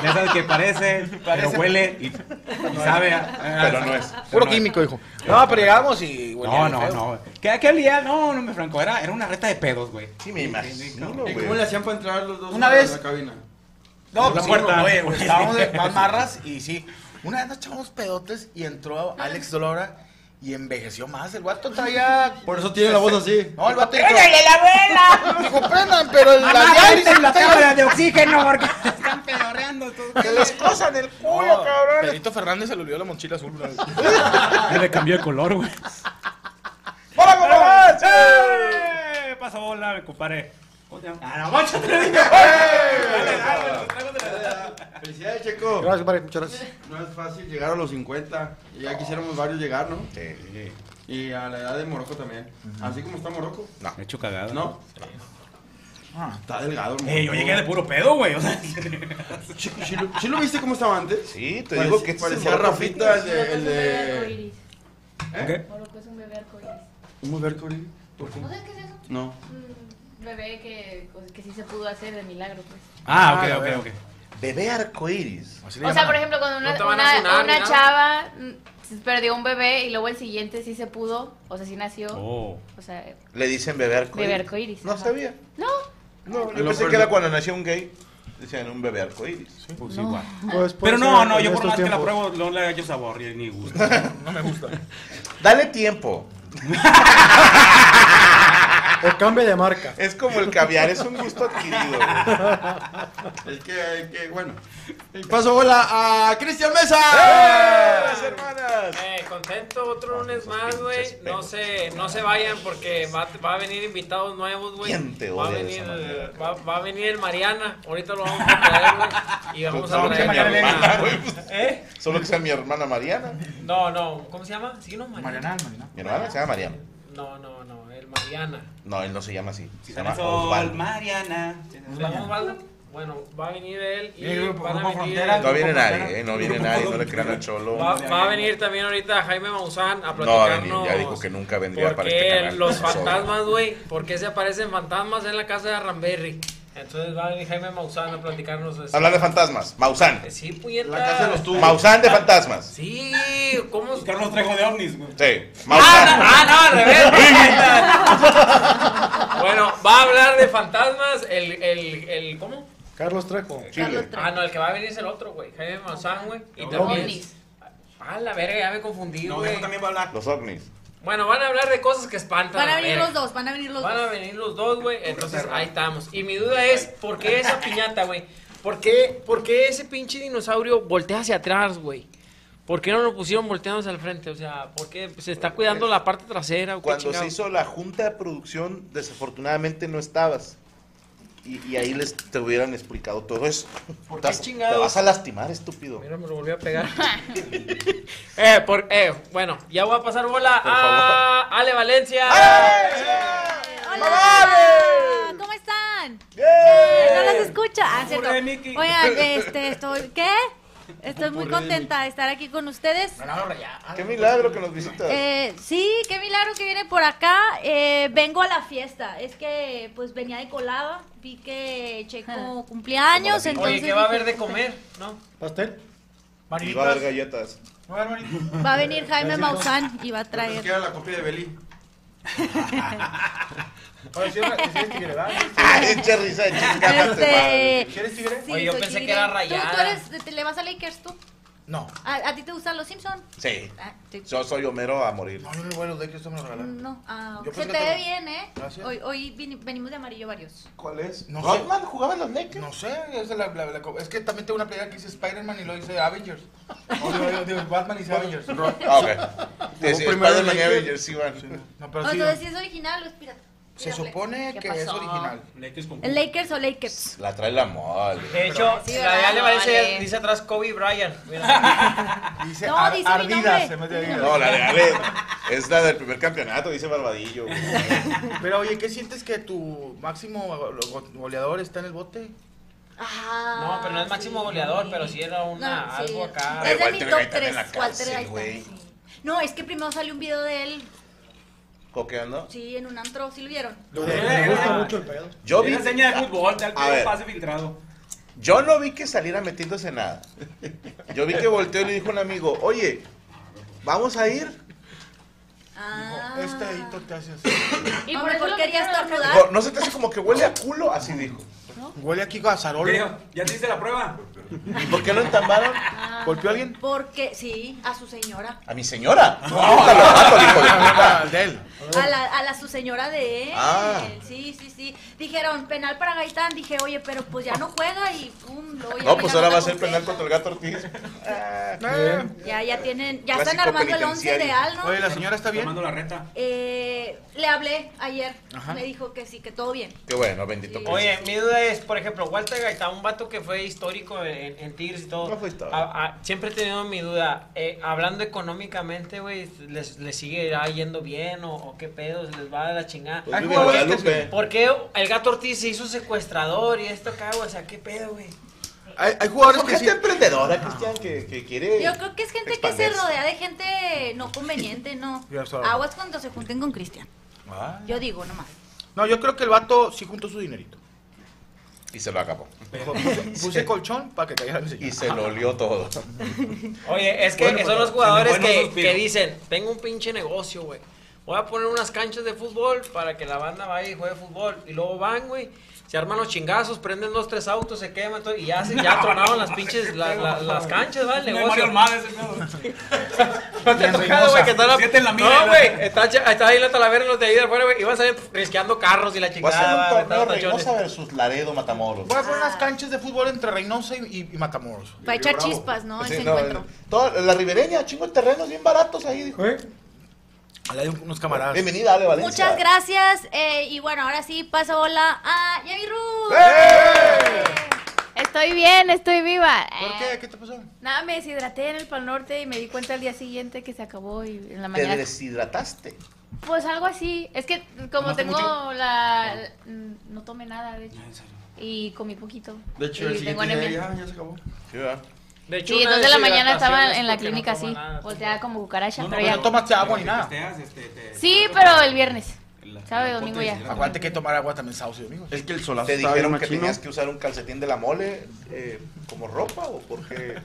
Speaker 4: Ya sabes que
Speaker 7: (laughs)
Speaker 4: parece, pero huele y, y sabe. a-
Speaker 7: Pero no es.
Speaker 4: Pero
Speaker 7: Puro
Speaker 4: no
Speaker 7: químico, hijo.
Speaker 4: Pero
Speaker 7: No, pero llegamos y.
Speaker 4: No, no, no. ¿Qué, qué olía? No, no me franco. Era, era una reta de pedos, güey.
Speaker 3: Sí, me imagino,
Speaker 11: ¿Y cómo le hacían para entrar los dos
Speaker 7: Una
Speaker 11: a
Speaker 7: vez-
Speaker 11: la cabina?
Speaker 4: Por
Speaker 7: No, pues
Speaker 4: la
Speaker 7: sí,
Speaker 4: puerta.
Speaker 7: oye, güey,
Speaker 4: (laughs)
Speaker 7: estábamos de más marras y sí. Una vez nos echamos pedotes y entró Alex Dolora y envejeció más. El vato traía.
Speaker 11: Por eso tiene la voz así.
Speaker 7: No, el vato.
Speaker 11: ¡Préndale,
Speaker 7: la abuela! Dijo, prendan, pero el.
Speaker 11: Mamá,
Speaker 7: diálisis
Speaker 11: vete la
Speaker 7: está-
Speaker 11: cámara de oxígeno,
Speaker 7: (laughs)
Speaker 4: porque
Speaker 7: están pedorreando.
Speaker 3: Que les cosan el culo,
Speaker 7: No,
Speaker 3: cabrones.
Speaker 7: Pedrito Fernández se le olvidó la mochila azul. una vez.
Speaker 4: Ya le cambió de color, güey.
Speaker 3: ¡Hola, compadre!
Speaker 4: ¡Eh! Pasa bola, me compadre. ¡A la mancha te lo dije!
Speaker 11: Felicidades, Checo.
Speaker 6: Gracias, compadre, muchas gracias.
Speaker 11: No es fácil llegar a los 50. Y ya quisiéramos varios llegar, ¿no?
Speaker 3: Sí.
Speaker 11: Y a la edad de Morocco también. Así como está Morocco.
Speaker 3: No.
Speaker 4: Me he hecho cagada.
Speaker 11: ¿No? Ah, está delgado,
Speaker 4: Eh, yo llegué de puro pedo, güey. O sea, (laughs)
Speaker 11: Chico, ¿sí lo, sí lo viste cómo estaba antes?
Speaker 3: Sí, te
Speaker 11: Parec-
Speaker 3: digo que este es el
Speaker 11: parecía
Speaker 3: Morocco
Speaker 11: Rafita, el
Speaker 5: Morocco
Speaker 11: de.
Speaker 5: es
Speaker 11: El
Speaker 5: un bebé
Speaker 11: de...
Speaker 5: arcoíris. Morocco es un bebé arcoíris.
Speaker 11: ¿Un ver Cori? ¿Por qué?
Speaker 5: ¿No sabes qué es eso?
Speaker 11: No.
Speaker 5: Un bebé que, pues, que sí se pudo hacer de milagro, pues.
Speaker 4: Ah,
Speaker 7: Ah,
Speaker 4: ok, ok,
Speaker 7: ya
Speaker 4: ok.
Speaker 3: Bebé arcoíris.
Speaker 5: O sea, por ejemplo, cuando una,
Speaker 8: No te van a
Speaker 5: una-
Speaker 8: funar ni
Speaker 5: una
Speaker 8: nada.
Speaker 5: chava mm, perdió un bebé y luego el siguiente sí se pudo, o sea, sí nació.
Speaker 4: Oh.
Speaker 5: O sea,
Speaker 3: Le dicen bebé arcoíris.
Speaker 5: Bebé arcoíris,
Speaker 3: No
Speaker 5: ajá.
Speaker 3: sabía.
Speaker 5: no.
Speaker 3: No,
Speaker 11: Lo
Speaker 3: yo pensé
Speaker 11: perdí.
Speaker 3: que era cuando nació un gay. Decían un bebé arcoíris.
Speaker 4: Pues
Speaker 5: No.
Speaker 4: igual.
Speaker 6: Pues,
Speaker 4: Pero
Speaker 6: puede
Speaker 4: no,
Speaker 6: ser
Speaker 4: no,
Speaker 6: en
Speaker 4: yo por
Speaker 6: estos
Speaker 4: más que la
Speaker 6: tiempos.
Speaker 4: pruebo, no le hallo sabor y
Speaker 3: (laughs)
Speaker 4: ni gusto.
Speaker 7: No me gusta.
Speaker 3: Dale tiempo.
Speaker 6: O cambia de marca.
Speaker 3: Es como el caviar, es un gusto adquirido. güey.
Speaker 11: Es que, es que bueno. Y paso bola a Cristian Mesa.
Speaker 3: ¡Las hermanas!
Speaker 8: Eh, contento, otro lunes más,
Speaker 3: pinches
Speaker 8: güey. No
Speaker 3: perros.
Speaker 8: se, no se vayan porque va, va a venir invitados nuevos, güey.
Speaker 3: ¿Quién te
Speaker 8: va, a
Speaker 3: odia de
Speaker 8: venir, eh,
Speaker 3: esa manera,
Speaker 8: va, va a venir el Mariana. Ahorita lo vamos a traer, güey. Y vamos a
Speaker 3: Solo que sea mi
Speaker 8: traer.
Speaker 3: hermana,
Speaker 8: a-
Speaker 3: güey.
Speaker 8: ¿Eh?
Speaker 3: Solo que sea mi hermana Mariana.
Speaker 8: No, no. ¿Cómo se llama? Sí, no, Mariana.
Speaker 7: Mariana, Mariana.
Speaker 3: Mi hermana se llama Mariana.
Speaker 8: No, no, no. El Mariana.
Speaker 3: No, él no se llama así. Se llama
Speaker 4: Sol,
Speaker 3: Osvaldo.
Speaker 4: Mariana.
Speaker 8: Osvaldo. Bueno, va a venir él y
Speaker 11: El grupo-
Speaker 8: van a
Speaker 11: grupo
Speaker 8: venir.
Speaker 11: Frontera.
Speaker 3: No viene nadie, eh, no viene nadie, no le crean al cholo.
Speaker 8: Va, va a venir también ahorita Jaime Maussan a
Speaker 3: No va a
Speaker 8: platicarnos.
Speaker 3: venir, ya dijo que nunca vendría
Speaker 8: ¿Por
Speaker 3: para este
Speaker 8: qué
Speaker 3: canal. (laughs)
Speaker 8: los
Speaker 3: Sorry.
Speaker 8: fantasmas, güey? ¿Por qué se aparecen fantasmas en la casa de Ramberry? Entonces va a venir Jaime Maussan a platicarnos de eso.
Speaker 3: Hablar de fantasmas, Mausán.
Speaker 8: Eh, Sí, puñeta.
Speaker 11: La casa de los tubos.
Speaker 3: Mausán de fantasmas.
Speaker 8: Sí, ¿cómo?
Speaker 4: Carlos Trejo de ovnis, güey.
Speaker 3: Sí,
Speaker 8: Ah, no,
Speaker 3: Mausán.
Speaker 8: ah, no, al revés,
Speaker 3: (laughs)
Speaker 8: puñeta. Bueno, va a hablar de fantasmas el, el, el, ¿cómo?
Speaker 6: Carlos Trejo.
Speaker 3: Chile.
Speaker 8: Ah, no, el que va a venir es el otro, güey. Jaime Maussan, güey. Y también.
Speaker 5: Ovnis.
Speaker 8: Ah, la verga, ya me confundí,
Speaker 4: No,
Speaker 8: güey.
Speaker 4: Trejo también va a
Speaker 8: Ah,
Speaker 4: hablar.
Speaker 3: Los ovnis.
Speaker 8: Bueno, van a hablar de cosas que espantan.
Speaker 10: Van a
Speaker 8: la
Speaker 10: venir
Speaker 8: verga.
Speaker 10: los dos, van a venir los
Speaker 8: Van a
Speaker 10: dos.
Speaker 8: venir los dos, güey. Entonces ahí estamos. Y mi duda es, ¿por qué esa piñata, güey? ¿Por qué, por qué ese pinche dinosaurio voltea hacia atrás, güey? ¿Por qué no lo pusieron volteándose al frente? O sea, ¿por qué se está cuidando la parte trasera? o qué
Speaker 3: Pues Cuando se
Speaker 8: chingados?
Speaker 3: hizo la junta de producción, desafortunadamente no estabas. Y, y ahí les te hubieran explicado todo eso.
Speaker 8: ¿Por
Speaker 3: Te
Speaker 8: qué
Speaker 3: vas-
Speaker 8: chingados?
Speaker 3: Te vas a lastimar, estúpido.
Speaker 8: Mira, me lo volví a
Speaker 12: (laughs)
Speaker 8: pegar. (laughs) eh, por, eh, bueno, ya voy a pasar bola a Ale Valencia.
Speaker 5: Ah,
Speaker 12: ¡Hola! ¿Cómo están? No las escucho. Ah, cierto.
Speaker 10: Puré, Miki.
Speaker 7: (laughs)
Speaker 12: Oigan, este, estoy. ¿Qué? Estoy muy
Speaker 3: Puré,
Speaker 12: contenta de estar aquí con ustedes.
Speaker 3: Qué milagro que nos
Speaker 7: pues.
Speaker 3: visitas.
Speaker 12: Eh, sí, qué milagro que viene por acá. Eh, vengo a la fiesta. Es que pues venía de colada, vi que Checo cumplía años,
Speaker 8: Oye,
Speaker 12: entonces
Speaker 8: ¿qué va a
Speaker 12: dije,
Speaker 8: haber de comer? ¿No?
Speaker 6: ¿Pastel?
Speaker 3: Y va a haber
Speaker 12: (laughs)
Speaker 3: galletas. (laughs)
Speaker 12: va a venir Jaime
Speaker 11: Gracias.
Speaker 12: Maussan y va a
Speaker 11: Traer.
Speaker 12: traer.
Speaker 11: era la copia de Belí.
Speaker 9: Oye, si eres tigre, ¿verdad?
Speaker 3: (laughs) Echa risa de
Speaker 12: Ah, Este,
Speaker 9: ¿Si eres tigre?
Speaker 12: sí, soy tigre. ¿Tú, tú eres, ¿Te le vas a Lakers tú?
Speaker 3: No.
Speaker 12: ¿A, a ti te gustan los Simpsons?
Speaker 3: Sí.
Speaker 12: Ah, sí.
Speaker 3: Yo soy Homero a morir.
Speaker 7: No, yo me voy a los de que esto me lo regalaron.
Speaker 12: No, ah,
Speaker 7: Yo
Speaker 12: se
Speaker 7: pensé
Speaker 12: te
Speaker 7: que
Speaker 12: ve
Speaker 7: te-
Speaker 12: bien, ¿eh?
Speaker 7: Gracias.
Speaker 12: Hoy, hoy vin- venimos de amarillo varios.
Speaker 3: ¿Cuál es?
Speaker 7: No
Speaker 3: ¿Rodman jugaba en los Lakers?
Speaker 7: No sé, es, la- la- la- es que también tengo una playera que dice Spider-Man y lo dice Avengers. O digo, digo, digo, Batman y dice Avengers.
Speaker 3: Ah, ok. Sí, sí, Spider-Man y
Speaker 7: Lakers.
Speaker 3: Avengers, sí, van.
Speaker 7: No,
Speaker 12: O
Speaker 7: pero sí.
Speaker 12: Entonces, si es original o es pirata.
Speaker 7: Se supone
Speaker 12: ¿Qué
Speaker 7: que
Speaker 12: pasó?
Speaker 7: es original.
Speaker 12: ¿El Lakers o Lakers?
Speaker 3: La trae la mole.
Speaker 8: De hecho,
Speaker 12: Sí,
Speaker 8: la
Speaker 12: ¿verdad?
Speaker 8: de Ale Valencia
Speaker 12: Vale.
Speaker 8: dice atrás Kobe Bryant.
Speaker 12: (laughs)
Speaker 7: dice
Speaker 12: No, ar- dice mi ardidas, nombre. se
Speaker 7: mete
Speaker 3: No, la de Ale es la del primer campeonato, dice Barbadillo.
Speaker 12: (laughs)
Speaker 3: güey.
Speaker 7: Pero oye, ¿qué sientes que tu máximo go- goleador está en el bote?
Speaker 8: No, pero no es máximo goleador, pero sí era una,
Speaker 12: No, sí.
Speaker 8: algo acá.
Speaker 12: Es de mi top 3. Walter Einstein, sí. No, es que primero salió un video de él,
Speaker 3: ¿Coqueando?
Speaker 12: sí, en un antro, ¿sí lo vieron?
Speaker 3: Me gusta mucho
Speaker 6: el pedo.
Speaker 3: Yo vi. Ah,
Speaker 4: Era seña de fútbol, tal
Speaker 3: A
Speaker 4: que
Speaker 3: ver.
Speaker 4: pase filtrado.
Speaker 3: Yo no vi que saliera metiéndose nada. (laughs) Yo vi que volteó y le dijo a un amigo, oye, ¿vamos a ir?
Speaker 12: Ah.
Speaker 7: Este dedito te hace así.
Speaker 12: ¿Y por qué querías
Speaker 3: Dijo,
Speaker 12: estornudar?
Speaker 3: ¿No se te hace como que huele a culo? Así dijo.
Speaker 7: Huele aquí a zarol.
Speaker 4: ¿Ya te hice la prueba?
Speaker 3: ¿Y por qué lo entambaron? ¿Golpeó a alguien?
Speaker 12: Porque, sí, a su señora.
Speaker 3: ¿A mi
Speaker 7: (laughs)
Speaker 3: señora? No, a lo mato, hijo de puta.
Speaker 12: A la, a la su señora de él.
Speaker 3: Ah.
Speaker 12: Sí, sí, sí. Dijeron, penal para Gaitán. Dije, oye, pero pues ya no juega y pum, luego ya
Speaker 3: No, pues
Speaker 12: llegaron
Speaker 3: ahora va a
Speaker 12: con-
Speaker 3: ser penal contra el gato Ortiz. Ah,
Speaker 12: Ya, ya tienen, ya
Speaker 3: Clásico
Speaker 12: están armando el once
Speaker 3: penitenciario.
Speaker 12: ideal, ¿no?
Speaker 7: Oye, la señora está bien.
Speaker 4: Tomando la reta.
Speaker 12: Eh, le hablé ayer.
Speaker 8: Ajá.
Speaker 12: Me dijo que sí, que todo bien.
Speaker 3: Qué bueno, bendito. Cristo.
Speaker 8: Oye, mi duda es, por ejemplo, Walter Gaitán, un vato que fue histórico en, en Tigres y todo. a- a- siempre he tenido mi duda. eh, hablando económicamente, güey, ¿les, les sigue ah, yendo bien o, o qué pedo? ¿Se les va a la chingada?
Speaker 3: Pues
Speaker 8: Ay,
Speaker 3: vive
Speaker 8: güey,
Speaker 3: en Guadalupe.
Speaker 8: ¿Por qué el gato Ortiz se hizo secuestrador y esto acá, güey? O sea, ¿qué pedo, güey?
Speaker 7: Hay, hay jugadores
Speaker 3: Son
Speaker 7: que
Speaker 3: gente
Speaker 7: sí.
Speaker 3: emprendedora, Cristian, que, que quiere.
Speaker 12: Yo creo que es gente que se
Speaker 3: expandirse.
Speaker 12: rodea de gente no conveniente,
Speaker 3: (laughs)
Speaker 12: ¿no?
Speaker 7: Ya sabes.
Speaker 12: Aguas cuando se junten con Cristian.
Speaker 7: Ah.
Speaker 12: Yo digo nomás.
Speaker 7: No, yo creo que el vato sí juntó su dinerito.
Speaker 3: Y se lo
Speaker 7: (laughs)
Speaker 3: acabó.
Speaker 7: Puse, puse colchón para que cayera mi señora.
Speaker 3: Y se lo olió todo.
Speaker 8: Oye, es que
Speaker 7: Bueno,
Speaker 4: pues,
Speaker 8: son
Speaker 7: bueno,
Speaker 8: los jugadores
Speaker 7: se me fue un
Speaker 8: que,
Speaker 7: suspiro.
Speaker 8: que dicen, tengo un pinche negocio, güey. Voy a poner unas canchas de fútbol para que la banda vaya y juegue fútbol. Y luego van, güey, se arman los chingazos, prenden dos, tres autos, se queman todo, y ya, se, ya tronaron las pinches, la- la- las canchas, ¿vale?
Speaker 4: No
Speaker 8: El
Speaker 4: hay
Speaker 8: negocio.
Speaker 4: Mario Armada
Speaker 13: (laughs)
Speaker 4: ese pedo.
Speaker 8: No te ha tocado, güey, que están a-
Speaker 4: Siete en la mira,
Speaker 8: No, güey, está, ch- está ahí en la talavera y los de ahí de afuera, güey, iban a salir risqueando carros y la
Speaker 3: Va a ser
Speaker 8: chingada.
Speaker 3: un
Speaker 8: güey,
Speaker 3: torneo
Speaker 8: tantos tachones.
Speaker 3: Reynosa versus Laredo Matamoros.
Speaker 7: Voy a poner unas canchas de fútbol entre Reynosa y, y- y Matamoros.
Speaker 12: Para echar chispas, ¿no?
Speaker 3: Pues Sí,
Speaker 12: Ese
Speaker 3: no,
Speaker 12: encuentro.
Speaker 3: todo- la ribereña, chingo de terrenos bien baratos ahí,
Speaker 6: ¿Eh?
Speaker 3: dijo.
Speaker 7: Al lado de unos camaradas.
Speaker 3: Bienvenida, Ale Valencia.
Speaker 12: Muchas gracias. eh, y bueno, ahora sí, paso hola a Yami Ruth.
Speaker 3: ¡Eh!
Speaker 13: Estoy bien, estoy viva.
Speaker 7: ¿Por qué? ¿Qué te pasó?
Speaker 13: Nada, me deshidraté en el Pal Norte y me di cuenta al día siguiente que se acabó y en la
Speaker 3: Te
Speaker 13: mañana.
Speaker 3: deshidrataste.
Speaker 13: Pues algo así. Es que como
Speaker 3: ¿Tomaste
Speaker 13: tengo
Speaker 3: mucho?
Speaker 13: la... mm, No tomé nada, de hecho. Y comí poquito.
Speaker 11: De hecho,
Speaker 13: y
Speaker 11: el siguiente día
Speaker 13: anemia.
Speaker 11: ya, ya se acabó.
Speaker 3: Sí, ¿verdad?
Speaker 8: De
Speaker 13: Sí, dos de la mañana estaba en la clínica así, volteada como cucaracha, pero ya...
Speaker 7: No tomaste agua ni nada.
Speaker 13: Sí, pero el viernes. Sábado y domingo ya.
Speaker 7: Aguante que tomar agua también sábados y domingos.
Speaker 11: Es que el solazo
Speaker 3: ¿Te
Speaker 11: estaba bien
Speaker 3: dijeron que
Speaker 11: machino.
Speaker 3: tenías que usar un calcetín de la mole eh, como ropa o porque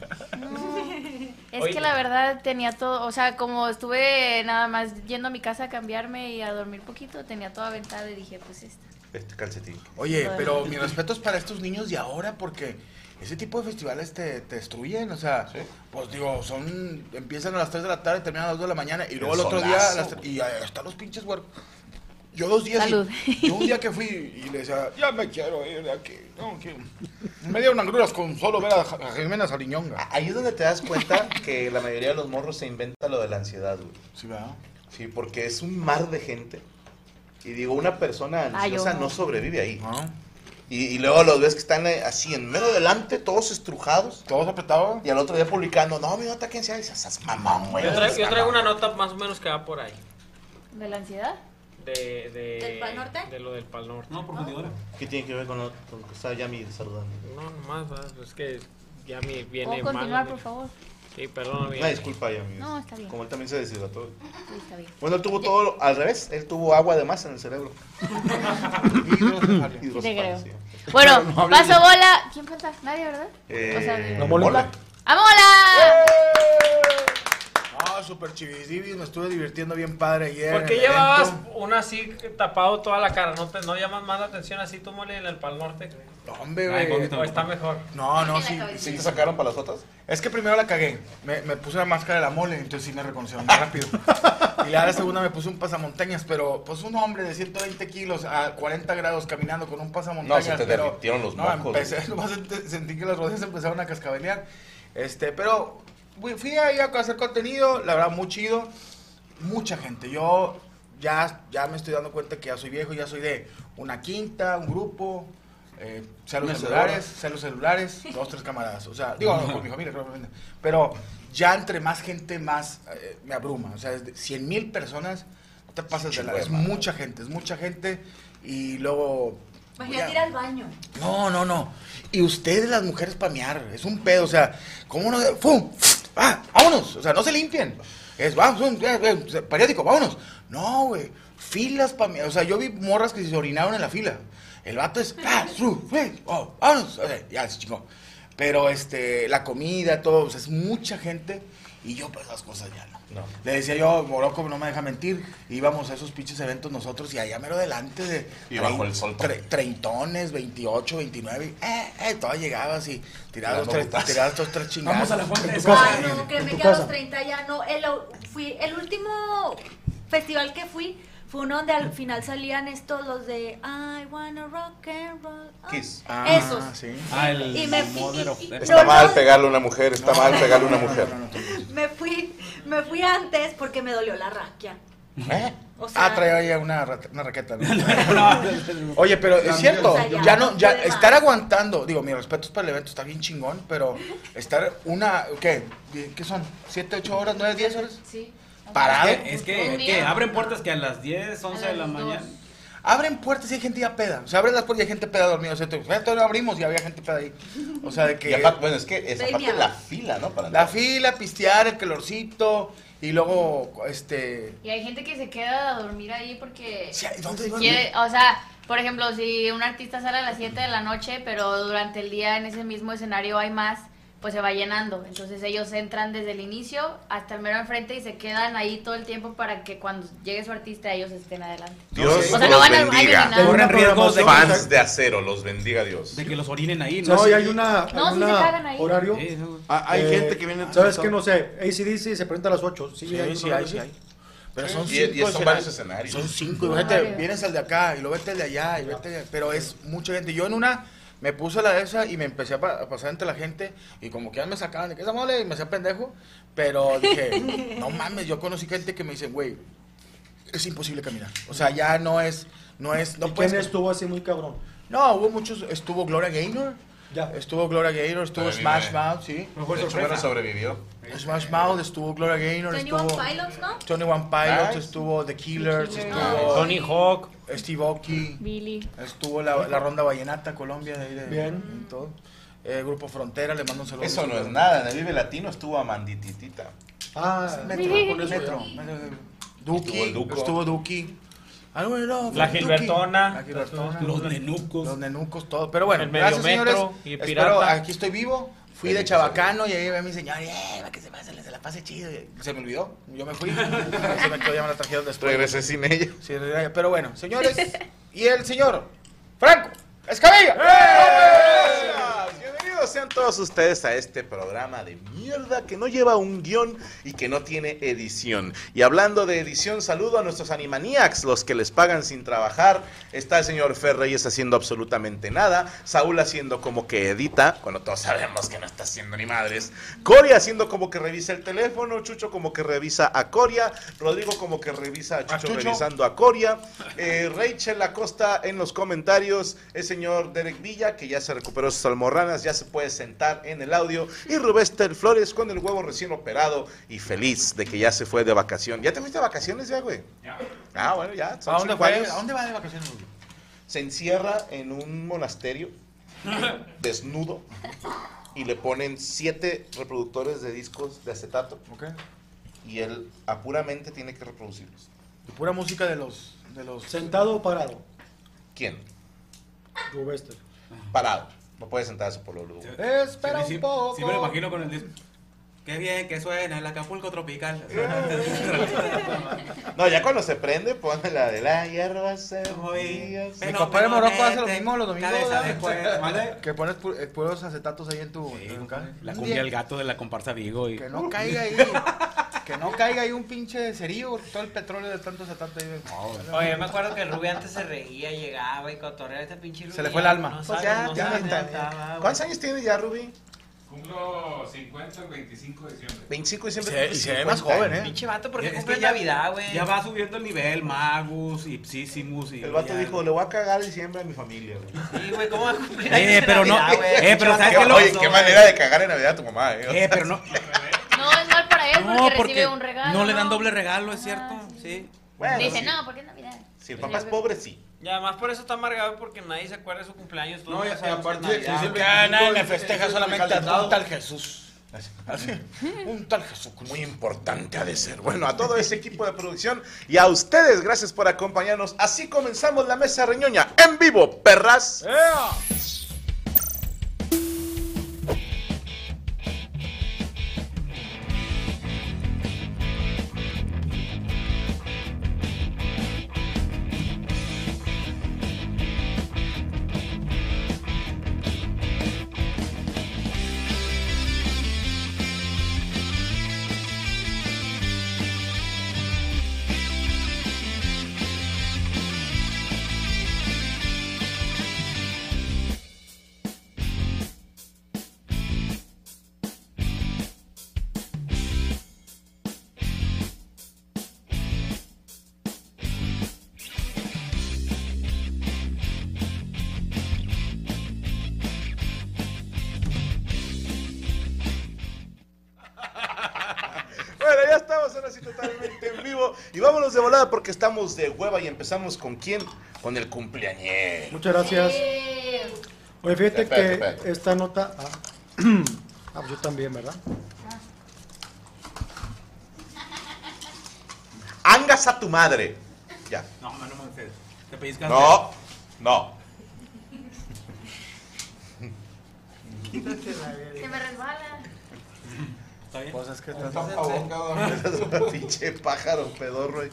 Speaker 13: Es
Speaker 3: Oye.
Speaker 13: que la verdad tenía todo, o sea, como estuve nada más yendo a mi casa a cambiarme y a dormir poquito, tenía todo aventado y dije, pues esta.
Speaker 3: este calcetín?
Speaker 7: Oye, pero mis respetos para estos niños de ahora porque ese tipo de festivales te, te destruyen, o sea, pues digo, son empiezan a las 3 de la tarde, terminan a las 2 de la mañana y luego el, otro día a
Speaker 3: solazo,
Speaker 7: las tre- y ahí están los pinches huercos. Yo dos días.
Speaker 12: Salud.
Speaker 7: (laughs) yo un día que fui y le decía, ya me quiero ir de aquí. No,
Speaker 8: (laughs)
Speaker 7: que- Me dieron angruras con solo ver a Ja- a Jimena Sariñonga.
Speaker 3: Ahí es donde te das
Speaker 12: (laughs)
Speaker 3: cuenta que la mayoría de los morros se inventa lo de la ansiedad, güey.
Speaker 7: Sí, ¿verdad?
Speaker 3: Sí, porque es un mar de gente. Y digo, una persona
Speaker 12: Ay,
Speaker 3: ansiosa
Speaker 12: ojo.
Speaker 3: no sobrevive ahí. Y, y luego los ves que están eh, así en medio delante, todos estrujados.
Speaker 7: Todos apretados.
Speaker 3: Y al otro día publicando, no, mira, ataque ansiedad. Y dices, "Sas mamón, güey.
Speaker 8: Yo, tra-
Speaker 3: sas
Speaker 8: yo traigo
Speaker 3: mamón".
Speaker 8: una nota más o menos que va por ahí.
Speaker 12: ¿De la ansiedad?
Speaker 8: De, de-
Speaker 12: ¿Del Pal Norte?
Speaker 8: De lo del Pal Norte.
Speaker 4: No,
Speaker 8: porque digo.
Speaker 3: ¿Qué tiene que ver con lo con lo que está Yami saludando?
Speaker 8: No, nomás, ah, es que ya me viene
Speaker 14: ¿Puedo
Speaker 8: mal.
Speaker 14: continuar,
Speaker 8: amigo.
Speaker 14: por favor?
Speaker 8: Sí, perdón, amigo.
Speaker 3: Una disculpa, Yami.
Speaker 14: No, está bien.
Speaker 3: Como él también se deshidrató.
Speaker 14: Sí, está
Speaker 3: (laughs)
Speaker 14: bien.
Speaker 3: Bueno, él tuvo todo al revés. Él tuvo agua de más en el cerebro.
Speaker 14: Sí te
Speaker 3: Hidrocefalia.
Speaker 14: creo. Bueno,
Speaker 3: Pero no hables
Speaker 14: paso
Speaker 3: de-
Speaker 14: bola. ¿Quién falta? Nadie, ¿verdad? O sea,
Speaker 3: Eh,
Speaker 7: ¿La mole?
Speaker 3: mole.
Speaker 14: ¡Vámonos!
Speaker 7: Ah, super chivis, me estuve divirtiendo bien padre ayer.
Speaker 8: (laughs) ¿Por qué
Speaker 7: en el
Speaker 8: llevabas
Speaker 7: evento.
Speaker 8: una así tapado toda la cara? ¿No, te, no llamas más la atención así tú, mole, en el Pal Norte?
Speaker 7: Hombre,
Speaker 8: Ay,
Speaker 7: güey.
Speaker 8: bonito, está mejor.
Speaker 7: No, no,
Speaker 8: En la
Speaker 7: sí.
Speaker 8: cabecita.
Speaker 7: sí.
Speaker 8: ¿Te
Speaker 3: sacaron para las fotos?
Speaker 7: Es que primero la cagué. Me, me puse la máscara de la mole, entonces sí me reconocieron más rápido. y la, la segunda me puse un pasamontañas, pero pues un hombre de 120 kilos a 40 grados caminando con un pasamontañas.
Speaker 3: No, se te
Speaker 7: pero-
Speaker 3: derritieron los
Speaker 7: no,
Speaker 3: mocos,
Speaker 7: empecé- (laughs)
Speaker 3: güey.
Speaker 7: nomás sent- sentí que las rodillas empezaron a cascabelear. Este, pero güey, fui ahí a hacer contenido, la verdad, muy chido. Mucha gente. Yo ya, ya me estoy dando cuenta que ya soy viejo, ya soy de una quinta, un grupo. Eh, sean los
Speaker 15: Una
Speaker 7: celulares,
Speaker 15: sedora.
Speaker 7: sean
Speaker 3: (laughs)
Speaker 7: los celulares, dos, tres camaradas. O sea, digo, con mi familia, probablemente. Pero ya entre más gente, más eh, me abruma. O sea, es de 100 mil personas, no te pasas de la. Es
Speaker 15: Chihuahua.
Speaker 7: mucha gente, es mucha gente. Y luego.
Speaker 16: Imagínate ir al baño.
Speaker 7: No, no, no. Y ustedes, las mujeres, pamear. Es un pedo. O sea, ¿cómo no? ¡Fum! ¡Ah! ¡Vámonos! O sea, no se limpien. Es, vamos, un- eh, eh, o sea, periódico, vámonos. No, güey. Filas pamear. O sea, yo vi morras que se orinaron en la fila. El vato es. ¡Ah! ¡Su! güey, ¡Oh! ¡Vámonos! O sea, ya se chingó. Pero este, la comida, todo. O sea, es mucha gente. Y yo, pues, las cosas ya no.
Speaker 3: No.
Speaker 7: Le decía yo, Morocco no me deja mentir, íbamos a esos pinches eventos nosotros y allá mero delante de
Speaker 3: Y bajo el sol
Speaker 7: tre- treintones, 28, 29, eh, eh, todas llegabas y tirabas dos,
Speaker 3: Dando
Speaker 7: tres,
Speaker 3: putazos.
Speaker 7: tirabas dos, tres chingados.
Speaker 4: Vamos a la fuente
Speaker 13: Ah,
Speaker 7: En tu
Speaker 4: de
Speaker 7: casa.
Speaker 16: Ay, no, créeme
Speaker 7: En tu
Speaker 16: que a los
Speaker 7: casa.
Speaker 16: 30 ya no. El, fui, el último festival que fui fue uno donde
Speaker 7: Mm.
Speaker 16: al final salían estos, los de I wanna rock and roll.
Speaker 3: Kiss.
Speaker 7: Ah,
Speaker 16: Esos.
Speaker 7: sí.
Speaker 4: Ah, el
Speaker 16: Y me-
Speaker 13: (laughs)
Speaker 4: Mother of-
Speaker 3: Está mal pegarle a una mujer, está mal pegarle a una mujer.
Speaker 16: Me fui, me fui antes porque me dolió la raquia.
Speaker 7: ¿Eh?
Speaker 16: O sea-
Speaker 7: ah, traía ya una, ra- una raqueta. ¿no?
Speaker 4: (laughs)
Speaker 7: Oye, pero es cierto,
Speaker 16: O sea, ya
Speaker 7: ya no,
Speaker 16: no
Speaker 7: ya
Speaker 16: puede más.
Speaker 7: estar aguantando, digo, mi respeto es para el evento, está bien chingón, pero estar una, ¿qué? ¿Qué son? ¿Siete, ocho horas, nueve, diez horas?
Speaker 12: Sí.
Speaker 7: Parado.
Speaker 4: Es que, es que abren puertas que a las 10, 11 de la mañana.
Speaker 7: Abren puertas y hay gente ya peda. O sea, abren las puertas y hay gente peda dormida. O sea, te- eh, todavía no abrimos y había gente peda ahí. O sea, de que.
Speaker 3: Y aparte, bueno, es que esa
Speaker 7: Baby
Speaker 3: parte
Speaker 7: hour.
Speaker 3: la fila, ¿no? Para
Speaker 7: La fila, pistear, el calorcito. Y luego, este.
Speaker 12: Y hay gente que se queda a dormir ahí porque
Speaker 7: Sí, ¿y dónde
Speaker 12: si
Speaker 7: duerme?
Speaker 12: quiere, o sea, por ejemplo, si un artista sale a las 7 de la noche, pero durante el día en ese mismo escenario hay más, pues se va llenando. Entonces ellos entran desde el inicio hasta el mero enfrente y se quedan ahí todo el tiempo para que cuando llegue su artista ellos estén adelante.
Speaker 3: Dios
Speaker 12: o sea, no
Speaker 3: los
Speaker 12: van al baño ni
Speaker 3: bendiga.
Speaker 12: nada.
Speaker 4: Corren riesgos de
Speaker 3: Fans de acero, los bendiga Dios.
Speaker 4: De que los orinen ahí,
Speaker 6: No, y hay una,
Speaker 12: No,
Speaker 6: hay
Speaker 12: sí se
Speaker 6: una
Speaker 12: cagan ahí.
Speaker 6: horario.
Speaker 7: Ah, hay gente que viene
Speaker 6: Eh, ¿Sabes
Speaker 7: todo-
Speaker 6: qué? No sé. ACDC se presenta a las 8. Sí, hay un horario.
Speaker 7: Pero
Speaker 3: Sí,
Speaker 7: son
Speaker 3: y-
Speaker 7: cinco.
Speaker 3: y son varios escenarios.
Speaker 7: Son cinco. Y
Speaker 3: Son
Speaker 7: vete,
Speaker 3: varios.
Speaker 7: vienes al de acá y luego vete al de allá. Y vete al de- Pero es mucha gente. Yo en una me puse la de esa y me empecé a, pa- a pasar entre la gente. Y como que ya me sacaban de que esa mole y me hacía pendejo.
Speaker 16: (laughs)
Speaker 7: Pero dije, no mames, yo conocí gente que me dice, güey, es imposible caminar. O sea, ya no es. No es no pues,
Speaker 6: ¿Y
Speaker 7: puedes-
Speaker 6: quién estuvo así muy cabrón?
Speaker 7: No, hubo muchos. Estuvo Gloria Gaynor. Estuvo Gloria Gaynor, estuvo
Speaker 3: Sobrevive.
Speaker 7: Smash Mouth, sí.
Speaker 3: Mejor De hecho, sorpresa. bueno, sobrevivió.
Speaker 7: Smash Mouth, estuvo Gloria Gaynor,
Speaker 16: Tony
Speaker 7: estuvo.
Speaker 16: One Pilots, ¿no?
Speaker 7: Tony One Pilots,
Speaker 16: Nice.
Speaker 7: estuvo The Killers,
Speaker 16: The Killers.
Speaker 7: estuvo
Speaker 16: Ah. Tony
Speaker 7: Hawk, Steve Aoki,
Speaker 12: Billy.
Speaker 7: estuvo la, la ronda vallenata Colombia de ahí de,
Speaker 6: Bien.
Speaker 7: y todo. Eh, Grupo Frontera, le mando un saludo.
Speaker 3: Eso no es nada, en el Vive Latino estuvo Amandititita.
Speaker 6: Ah,
Speaker 7: Metro, con eso, metro. Duki,
Speaker 3: Estuvo el Duco.
Speaker 7: estuvo Duki. Ah, no, no,
Speaker 8: La
Speaker 7: Duki.
Speaker 8: Gilbertona.
Speaker 7: La Gilbertona.
Speaker 4: Los nenucos.
Speaker 7: Los nenucos, todo. Pero bueno,
Speaker 8: El medio
Speaker 7: gracias, señores.
Speaker 8: metro y el
Speaker 7: Espero,
Speaker 8: pirata.
Speaker 7: aquí estoy vivo. Fui de Chabacano y ahí ve mi señor, eh, va que se, pase, se la pase chido. Se me olvidó, yo me fui. (laughs) se me quedó ya me la trajeron después.
Speaker 3: Regresé sin ella.
Speaker 7: Sí, pero bueno, señores, y el señor Franco Escamilla.
Speaker 4: ¡Eh!
Speaker 9: ¡Eh!
Speaker 3: Bienvenido. Bienvenidos sean todos ustedes a este programa de mierda que no lleva un guión y que no tiene edición. Y hablando de edición, saludo a nuestros Animaniacs, los que les pagan sin trabajar. Está el señor Fer Reyes haciendo absolutamente nada. Saúl haciendo como que edita, cuando todos sabemos que no está haciendo ni madres. Coria haciendo como que revisa el teléfono. Chucho como que revisa a Coria. Rodrigo como que revisa a Chucho,
Speaker 9: Chucho.
Speaker 3: revisando a Coria. Eh, Rachel Acosta en los comentarios. El señor Derek Villa, que ya se recuperó sus almorranas, ya se puede sentar en el audio. Y Rubester Flores con el huevo recién operado y feliz de que ya se fue de vacación. ¿Ya te fuiste de vacaciones ya, güey? Ah, bueno, ya. son
Speaker 9: ¿A dónde
Speaker 3: cinco
Speaker 9: fue?
Speaker 3: años.
Speaker 9: ¿A dónde va de vacaciones? güey?
Speaker 3: Se encierra en un
Speaker 9: (laughs)
Speaker 3: monasterio desnudo y le ponen siete reproductores de discos de acetato. Y él apuramente tiene que reproducirlos.
Speaker 9: De pura música de los. De los
Speaker 6: ¿Sentado o parado?
Speaker 3: ¿Quién?
Speaker 6: Rubester.
Speaker 3: Parado. No puede sentarse por lo luego.
Speaker 6: Espera
Speaker 4: Sí,
Speaker 6: un poco.
Speaker 4: Sí, me lo imagino con el disco. Qué bien que suena el Acapulco tropical.
Speaker 3: No, ya cuando se prende, pone la de la hierba se
Speaker 9: Mi
Speaker 3: movía.
Speaker 9: compadre Morocco hace lo mismo los domingos.
Speaker 4: cabeza
Speaker 9: ¿verdad?
Speaker 4: de
Speaker 9: (laughs)
Speaker 4: cuero, ¿vale?
Speaker 9: Que pones pu- eh, puros acetatos ahí en tu. en tu ca-
Speaker 4: La
Speaker 9: Un
Speaker 4: cumbia
Speaker 9: día-
Speaker 4: del gato de la comparsa Vigo. Y...
Speaker 9: Que no caiga ahí. que no caiga ahí un pinche cerillo. porque Todo el petróleo de tanto acetato ahí.
Speaker 8: Oye, me acuerdo que el Rubí antes se reía, llegaba y cotorreaba este pinche Rubí.
Speaker 9: Se le fue el alma.
Speaker 8: No
Speaker 9: Pues
Speaker 8: sabes,
Speaker 9: ya,
Speaker 8: no
Speaker 9: ya
Speaker 8: sabes
Speaker 9: está,
Speaker 8: dónde
Speaker 9: ya.
Speaker 8: estaba, güey.
Speaker 3: ¿Cuántos años tienes ya, Rubí?
Speaker 17: Cumplo 50 el 25 de diciembre.
Speaker 3: 25 y
Speaker 4: Se-
Speaker 3: siempre.
Speaker 4: y se ve más joven, ¿eh?
Speaker 8: Pinche vato, porque
Speaker 4: Es que
Speaker 8: cumple
Speaker 4: ya-
Speaker 8: Navidad, güey.
Speaker 4: Ya va subiendo el nivel, Magus, Ipsissimus. Y
Speaker 3: El vato
Speaker 4: ya-
Speaker 3: dijo, le voy a cagar diciembre a mi familia, güey.
Speaker 8: Sí, güey, ¿cómo va a cumplir
Speaker 4: Eh,
Speaker 8: años en
Speaker 4: pero no-
Speaker 8: Navidad, güey?
Speaker 4: eh, pero ¿sabes qué es lo-
Speaker 3: Oye, qué manera de cagar en Navidad a tu mamá,
Speaker 4: Eh,
Speaker 3: (laughs)
Speaker 4: pero no.
Speaker 13: No, es mal para él porque,
Speaker 4: No,
Speaker 13: recibe un regalo.
Speaker 4: no le dan doble regalo,
Speaker 12: Ah,
Speaker 4: es cierto. Sí.
Speaker 13: Dice, no, porque es Navidad.
Speaker 3: Si el
Speaker 13: papá es pobre,
Speaker 3: sí.
Speaker 8: Y además por eso está amargado porque nadie se acuerda de su cumpleaños. todos
Speaker 9: No, y-
Speaker 8: sabemos
Speaker 9: y
Speaker 8: que
Speaker 9: aparte,
Speaker 8: es Navidad,
Speaker 9: sí, sí,
Speaker 8: güey.
Speaker 9: ya nadie le festeja, solamente a un tal Jesús. Así,
Speaker 3: Un tal Jesucristo. Muy importante ha de ser. Bueno, a todo ese equipo de producción y a ustedes, gracias por acompañarnos. Así comenzamos la mesa reñoña en vivo, perras. Bueno, ya estamos ahora sí totalmente en vivo. Y vámonos de volada porque estamos de hueva y empezamos con quién? Con el cumpleañero.
Speaker 6: Muchas gracias. Oye, fíjate
Speaker 3: Espérate,
Speaker 6: que esta nota. Ah, (clears throat) ah, pues yo también, ¿verdad?
Speaker 3: Angas a tu madre. Ya.
Speaker 4: No, no, no, te, te pellizcaste.
Speaker 3: No, no. (laughs)
Speaker 13: Se me resbala.
Speaker 4: ¿Está bien?
Speaker 9: Pues es que
Speaker 3: Está pavocado, ¿no? Pinche pájaro pedorro. ahí.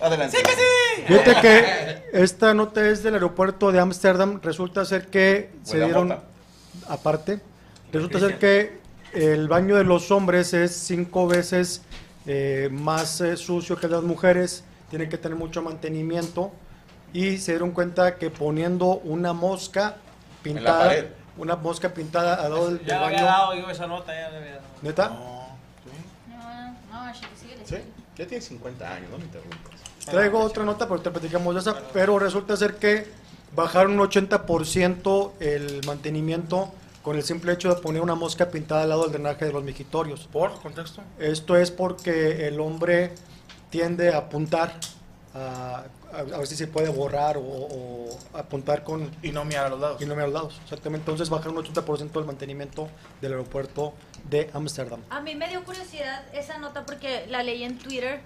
Speaker 3: Adelante.
Speaker 4: Sí que sí.
Speaker 6: Fíjate que esta nota es del aeropuerto de Ámsterdam. Resulta ser que se
Speaker 3: Huele a
Speaker 6: dieron.
Speaker 3: mota.
Speaker 6: Aparte, resulta ser que el baño de los hombres es cinco veces eh, más eh, sucio que el de las mujeres. Tienen que tener mucho mantenimiento. Y se dieron cuenta que poniendo una mosca pintada.
Speaker 8: pared.
Speaker 6: Una mosca pintada al lado del, del
Speaker 8: Ya le había
Speaker 6: baño.
Speaker 8: dado yo esa nota, ya le había dado.
Speaker 6: ¿Neta?
Speaker 13: No, no, sigue,
Speaker 3: Sí, ya tienes 50 años, no me interrumpas.
Speaker 6: Traigo otra nota, pero te platicamos de esa. Pero resulta ser que bajaron un 80% el mantenimiento con el simple hecho de poner una mosca pintada al lado del drenaje de los mijitorios.
Speaker 9: ¿Por contexto?
Speaker 6: Esto es porque el hombre tiende a apuntar, a, a- a ver si se puede borrar o, o apuntar con...
Speaker 9: Y no mirar a los lados.
Speaker 6: Y no mirar a los lados, exactamente. Entonces bajaron un 80% del mantenimiento del aeropuerto de Ámsterdam.
Speaker 12: A mí me dio curiosidad esa nota porque la leí en Twitter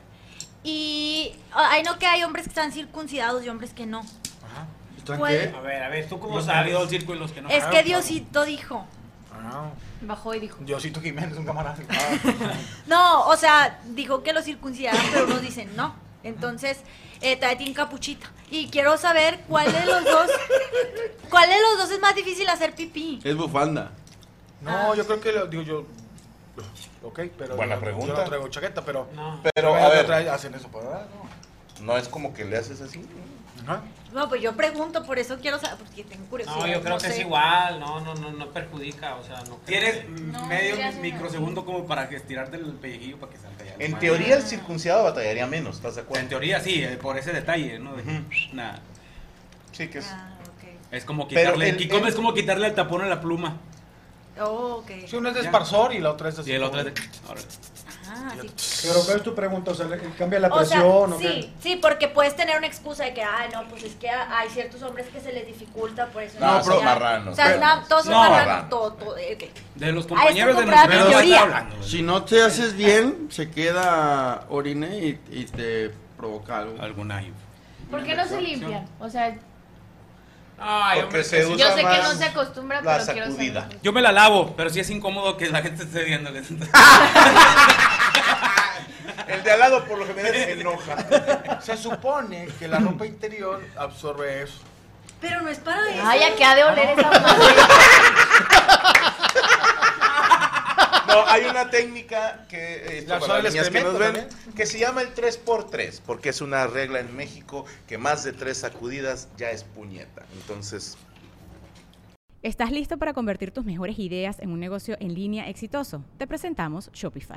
Speaker 12: y ah, ahí no que hay hombres que están circuncidados y hombres que no. Pues-
Speaker 4: A ver, a ver, ¿tú cómo
Speaker 9: Los
Speaker 4: sabes?
Speaker 9: que han ido al
Speaker 4: circo y los que no.
Speaker 8: Ah,
Speaker 12: es que Diosito dijo.
Speaker 13: Bajó y dijo.
Speaker 9: Diosito Jiménez, un
Speaker 4: (laughs)
Speaker 9: camarada.
Speaker 4: Ah.
Speaker 12: No, o sea, dijo que los circuncidaran, pero unos dicen no. Entonces, eh, tráete un capuchita. Y quiero saber cuál de los dos, cuál de los dos es más difícil hacer pipí.
Speaker 11: Es bufanda.
Speaker 7: No, yo creo que lo, digo yo. Ok, pero.
Speaker 3: Buena
Speaker 7: yo-
Speaker 3: pregunta.
Speaker 7: Yo no traigo chaqueta, pero.
Speaker 3: Pero,
Speaker 7: Pero
Speaker 3: a ver.
Speaker 7: trae- hacen eso para dar, ¿no?
Speaker 3: pues, ah, No es como que le haces así.
Speaker 10: No, pues yo pregunto, por eso quiero saber, porque tengo curiosidad.
Speaker 8: No, yo creo que
Speaker 10: sé.
Speaker 8: es igual, no, no, no, no perjudica, o sea, no.
Speaker 4: Tienes medio
Speaker 8: ya sé.
Speaker 4: microsegundo como para que estirarte el pellejillo para que salga ya.
Speaker 3: En teoría, el circuncidado batallaría menos, ¿estás de acuerdo?
Speaker 4: En teoría sí, eh, por ese detalle, ¿no? De- Nada.
Speaker 3: Sí, que es.
Speaker 12: Ah,
Speaker 4: Es como
Speaker 3: Pero
Speaker 4: quitarle el,
Speaker 3: el-
Speaker 4: quicón,
Speaker 3: el-
Speaker 4: es como quitarle el tapón a la pluma.
Speaker 10: Oh, ok.
Speaker 7: Sí, una es de esparsor y la otra es así.
Speaker 4: Y el otro es de... Ahora.
Speaker 10: Ah, sí.
Speaker 6: Pero ¿cuál es tu pregunta? O sea, ¿le- ¿cambia la
Speaker 10: O sea,
Speaker 6: presión o qué?
Speaker 10: sí, sí, porque puedes tener una excusa de que, ah, no, pues es que hay ciertos hombres que se les dificulta por eso.
Speaker 4: No, pero-
Speaker 10: ya-
Speaker 4: marranos,
Speaker 10: O sea,
Speaker 4: pero-
Speaker 10: no, todos son
Speaker 4: No,
Speaker 10: marranos,
Speaker 4: marranos.
Speaker 10: todo, todo, eh, ok.
Speaker 4: De los
Speaker 10: Ah,
Speaker 4: compañeros
Speaker 10: esto
Speaker 4: de
Speaker 10: compraba
Speaker 4: nuestra
Speaker 10: mi teoría.
Speaker 11: Si no te haces bien, se queda orine y, y te provoca algo.
Speaker 4: Alguna
Speaker 13: ¿Por qué no se limpian? O sea,
Speaker 8: Ay,
Speaker 4: hombre,
Speaker 13: yo sé que no se acostumbra, pero quiero saber.
Speaker 4: Yo me la lavo, pero sí es incómodo que la gente esté viéndoles.
Speaker 3: El de al lado por lo general se enoja.
Speaker 7: Se supone que la ropa interior absorbe eso.
Speaker 10: Pero no es para eso.
Speaker 13: Ay, ¿a qué ha de oler esa (laughs) madre?
Speaker 3: No, hay una técnica que, eh,
Speaker 7: La
Speaker 3: para
Speaker 7: suave
Speaker 3: las niñas que
Speaker 7: excremento
Speaker 3: nos ven, que se llama el 3x3, porque es una regla en México que más de tres sacudidas ya es puñeta. Entonces,
Speaker 2: ¿Estás listo para convertir tus mejores ideas en un negocio en línea exitoso? Te presentamos Shopify.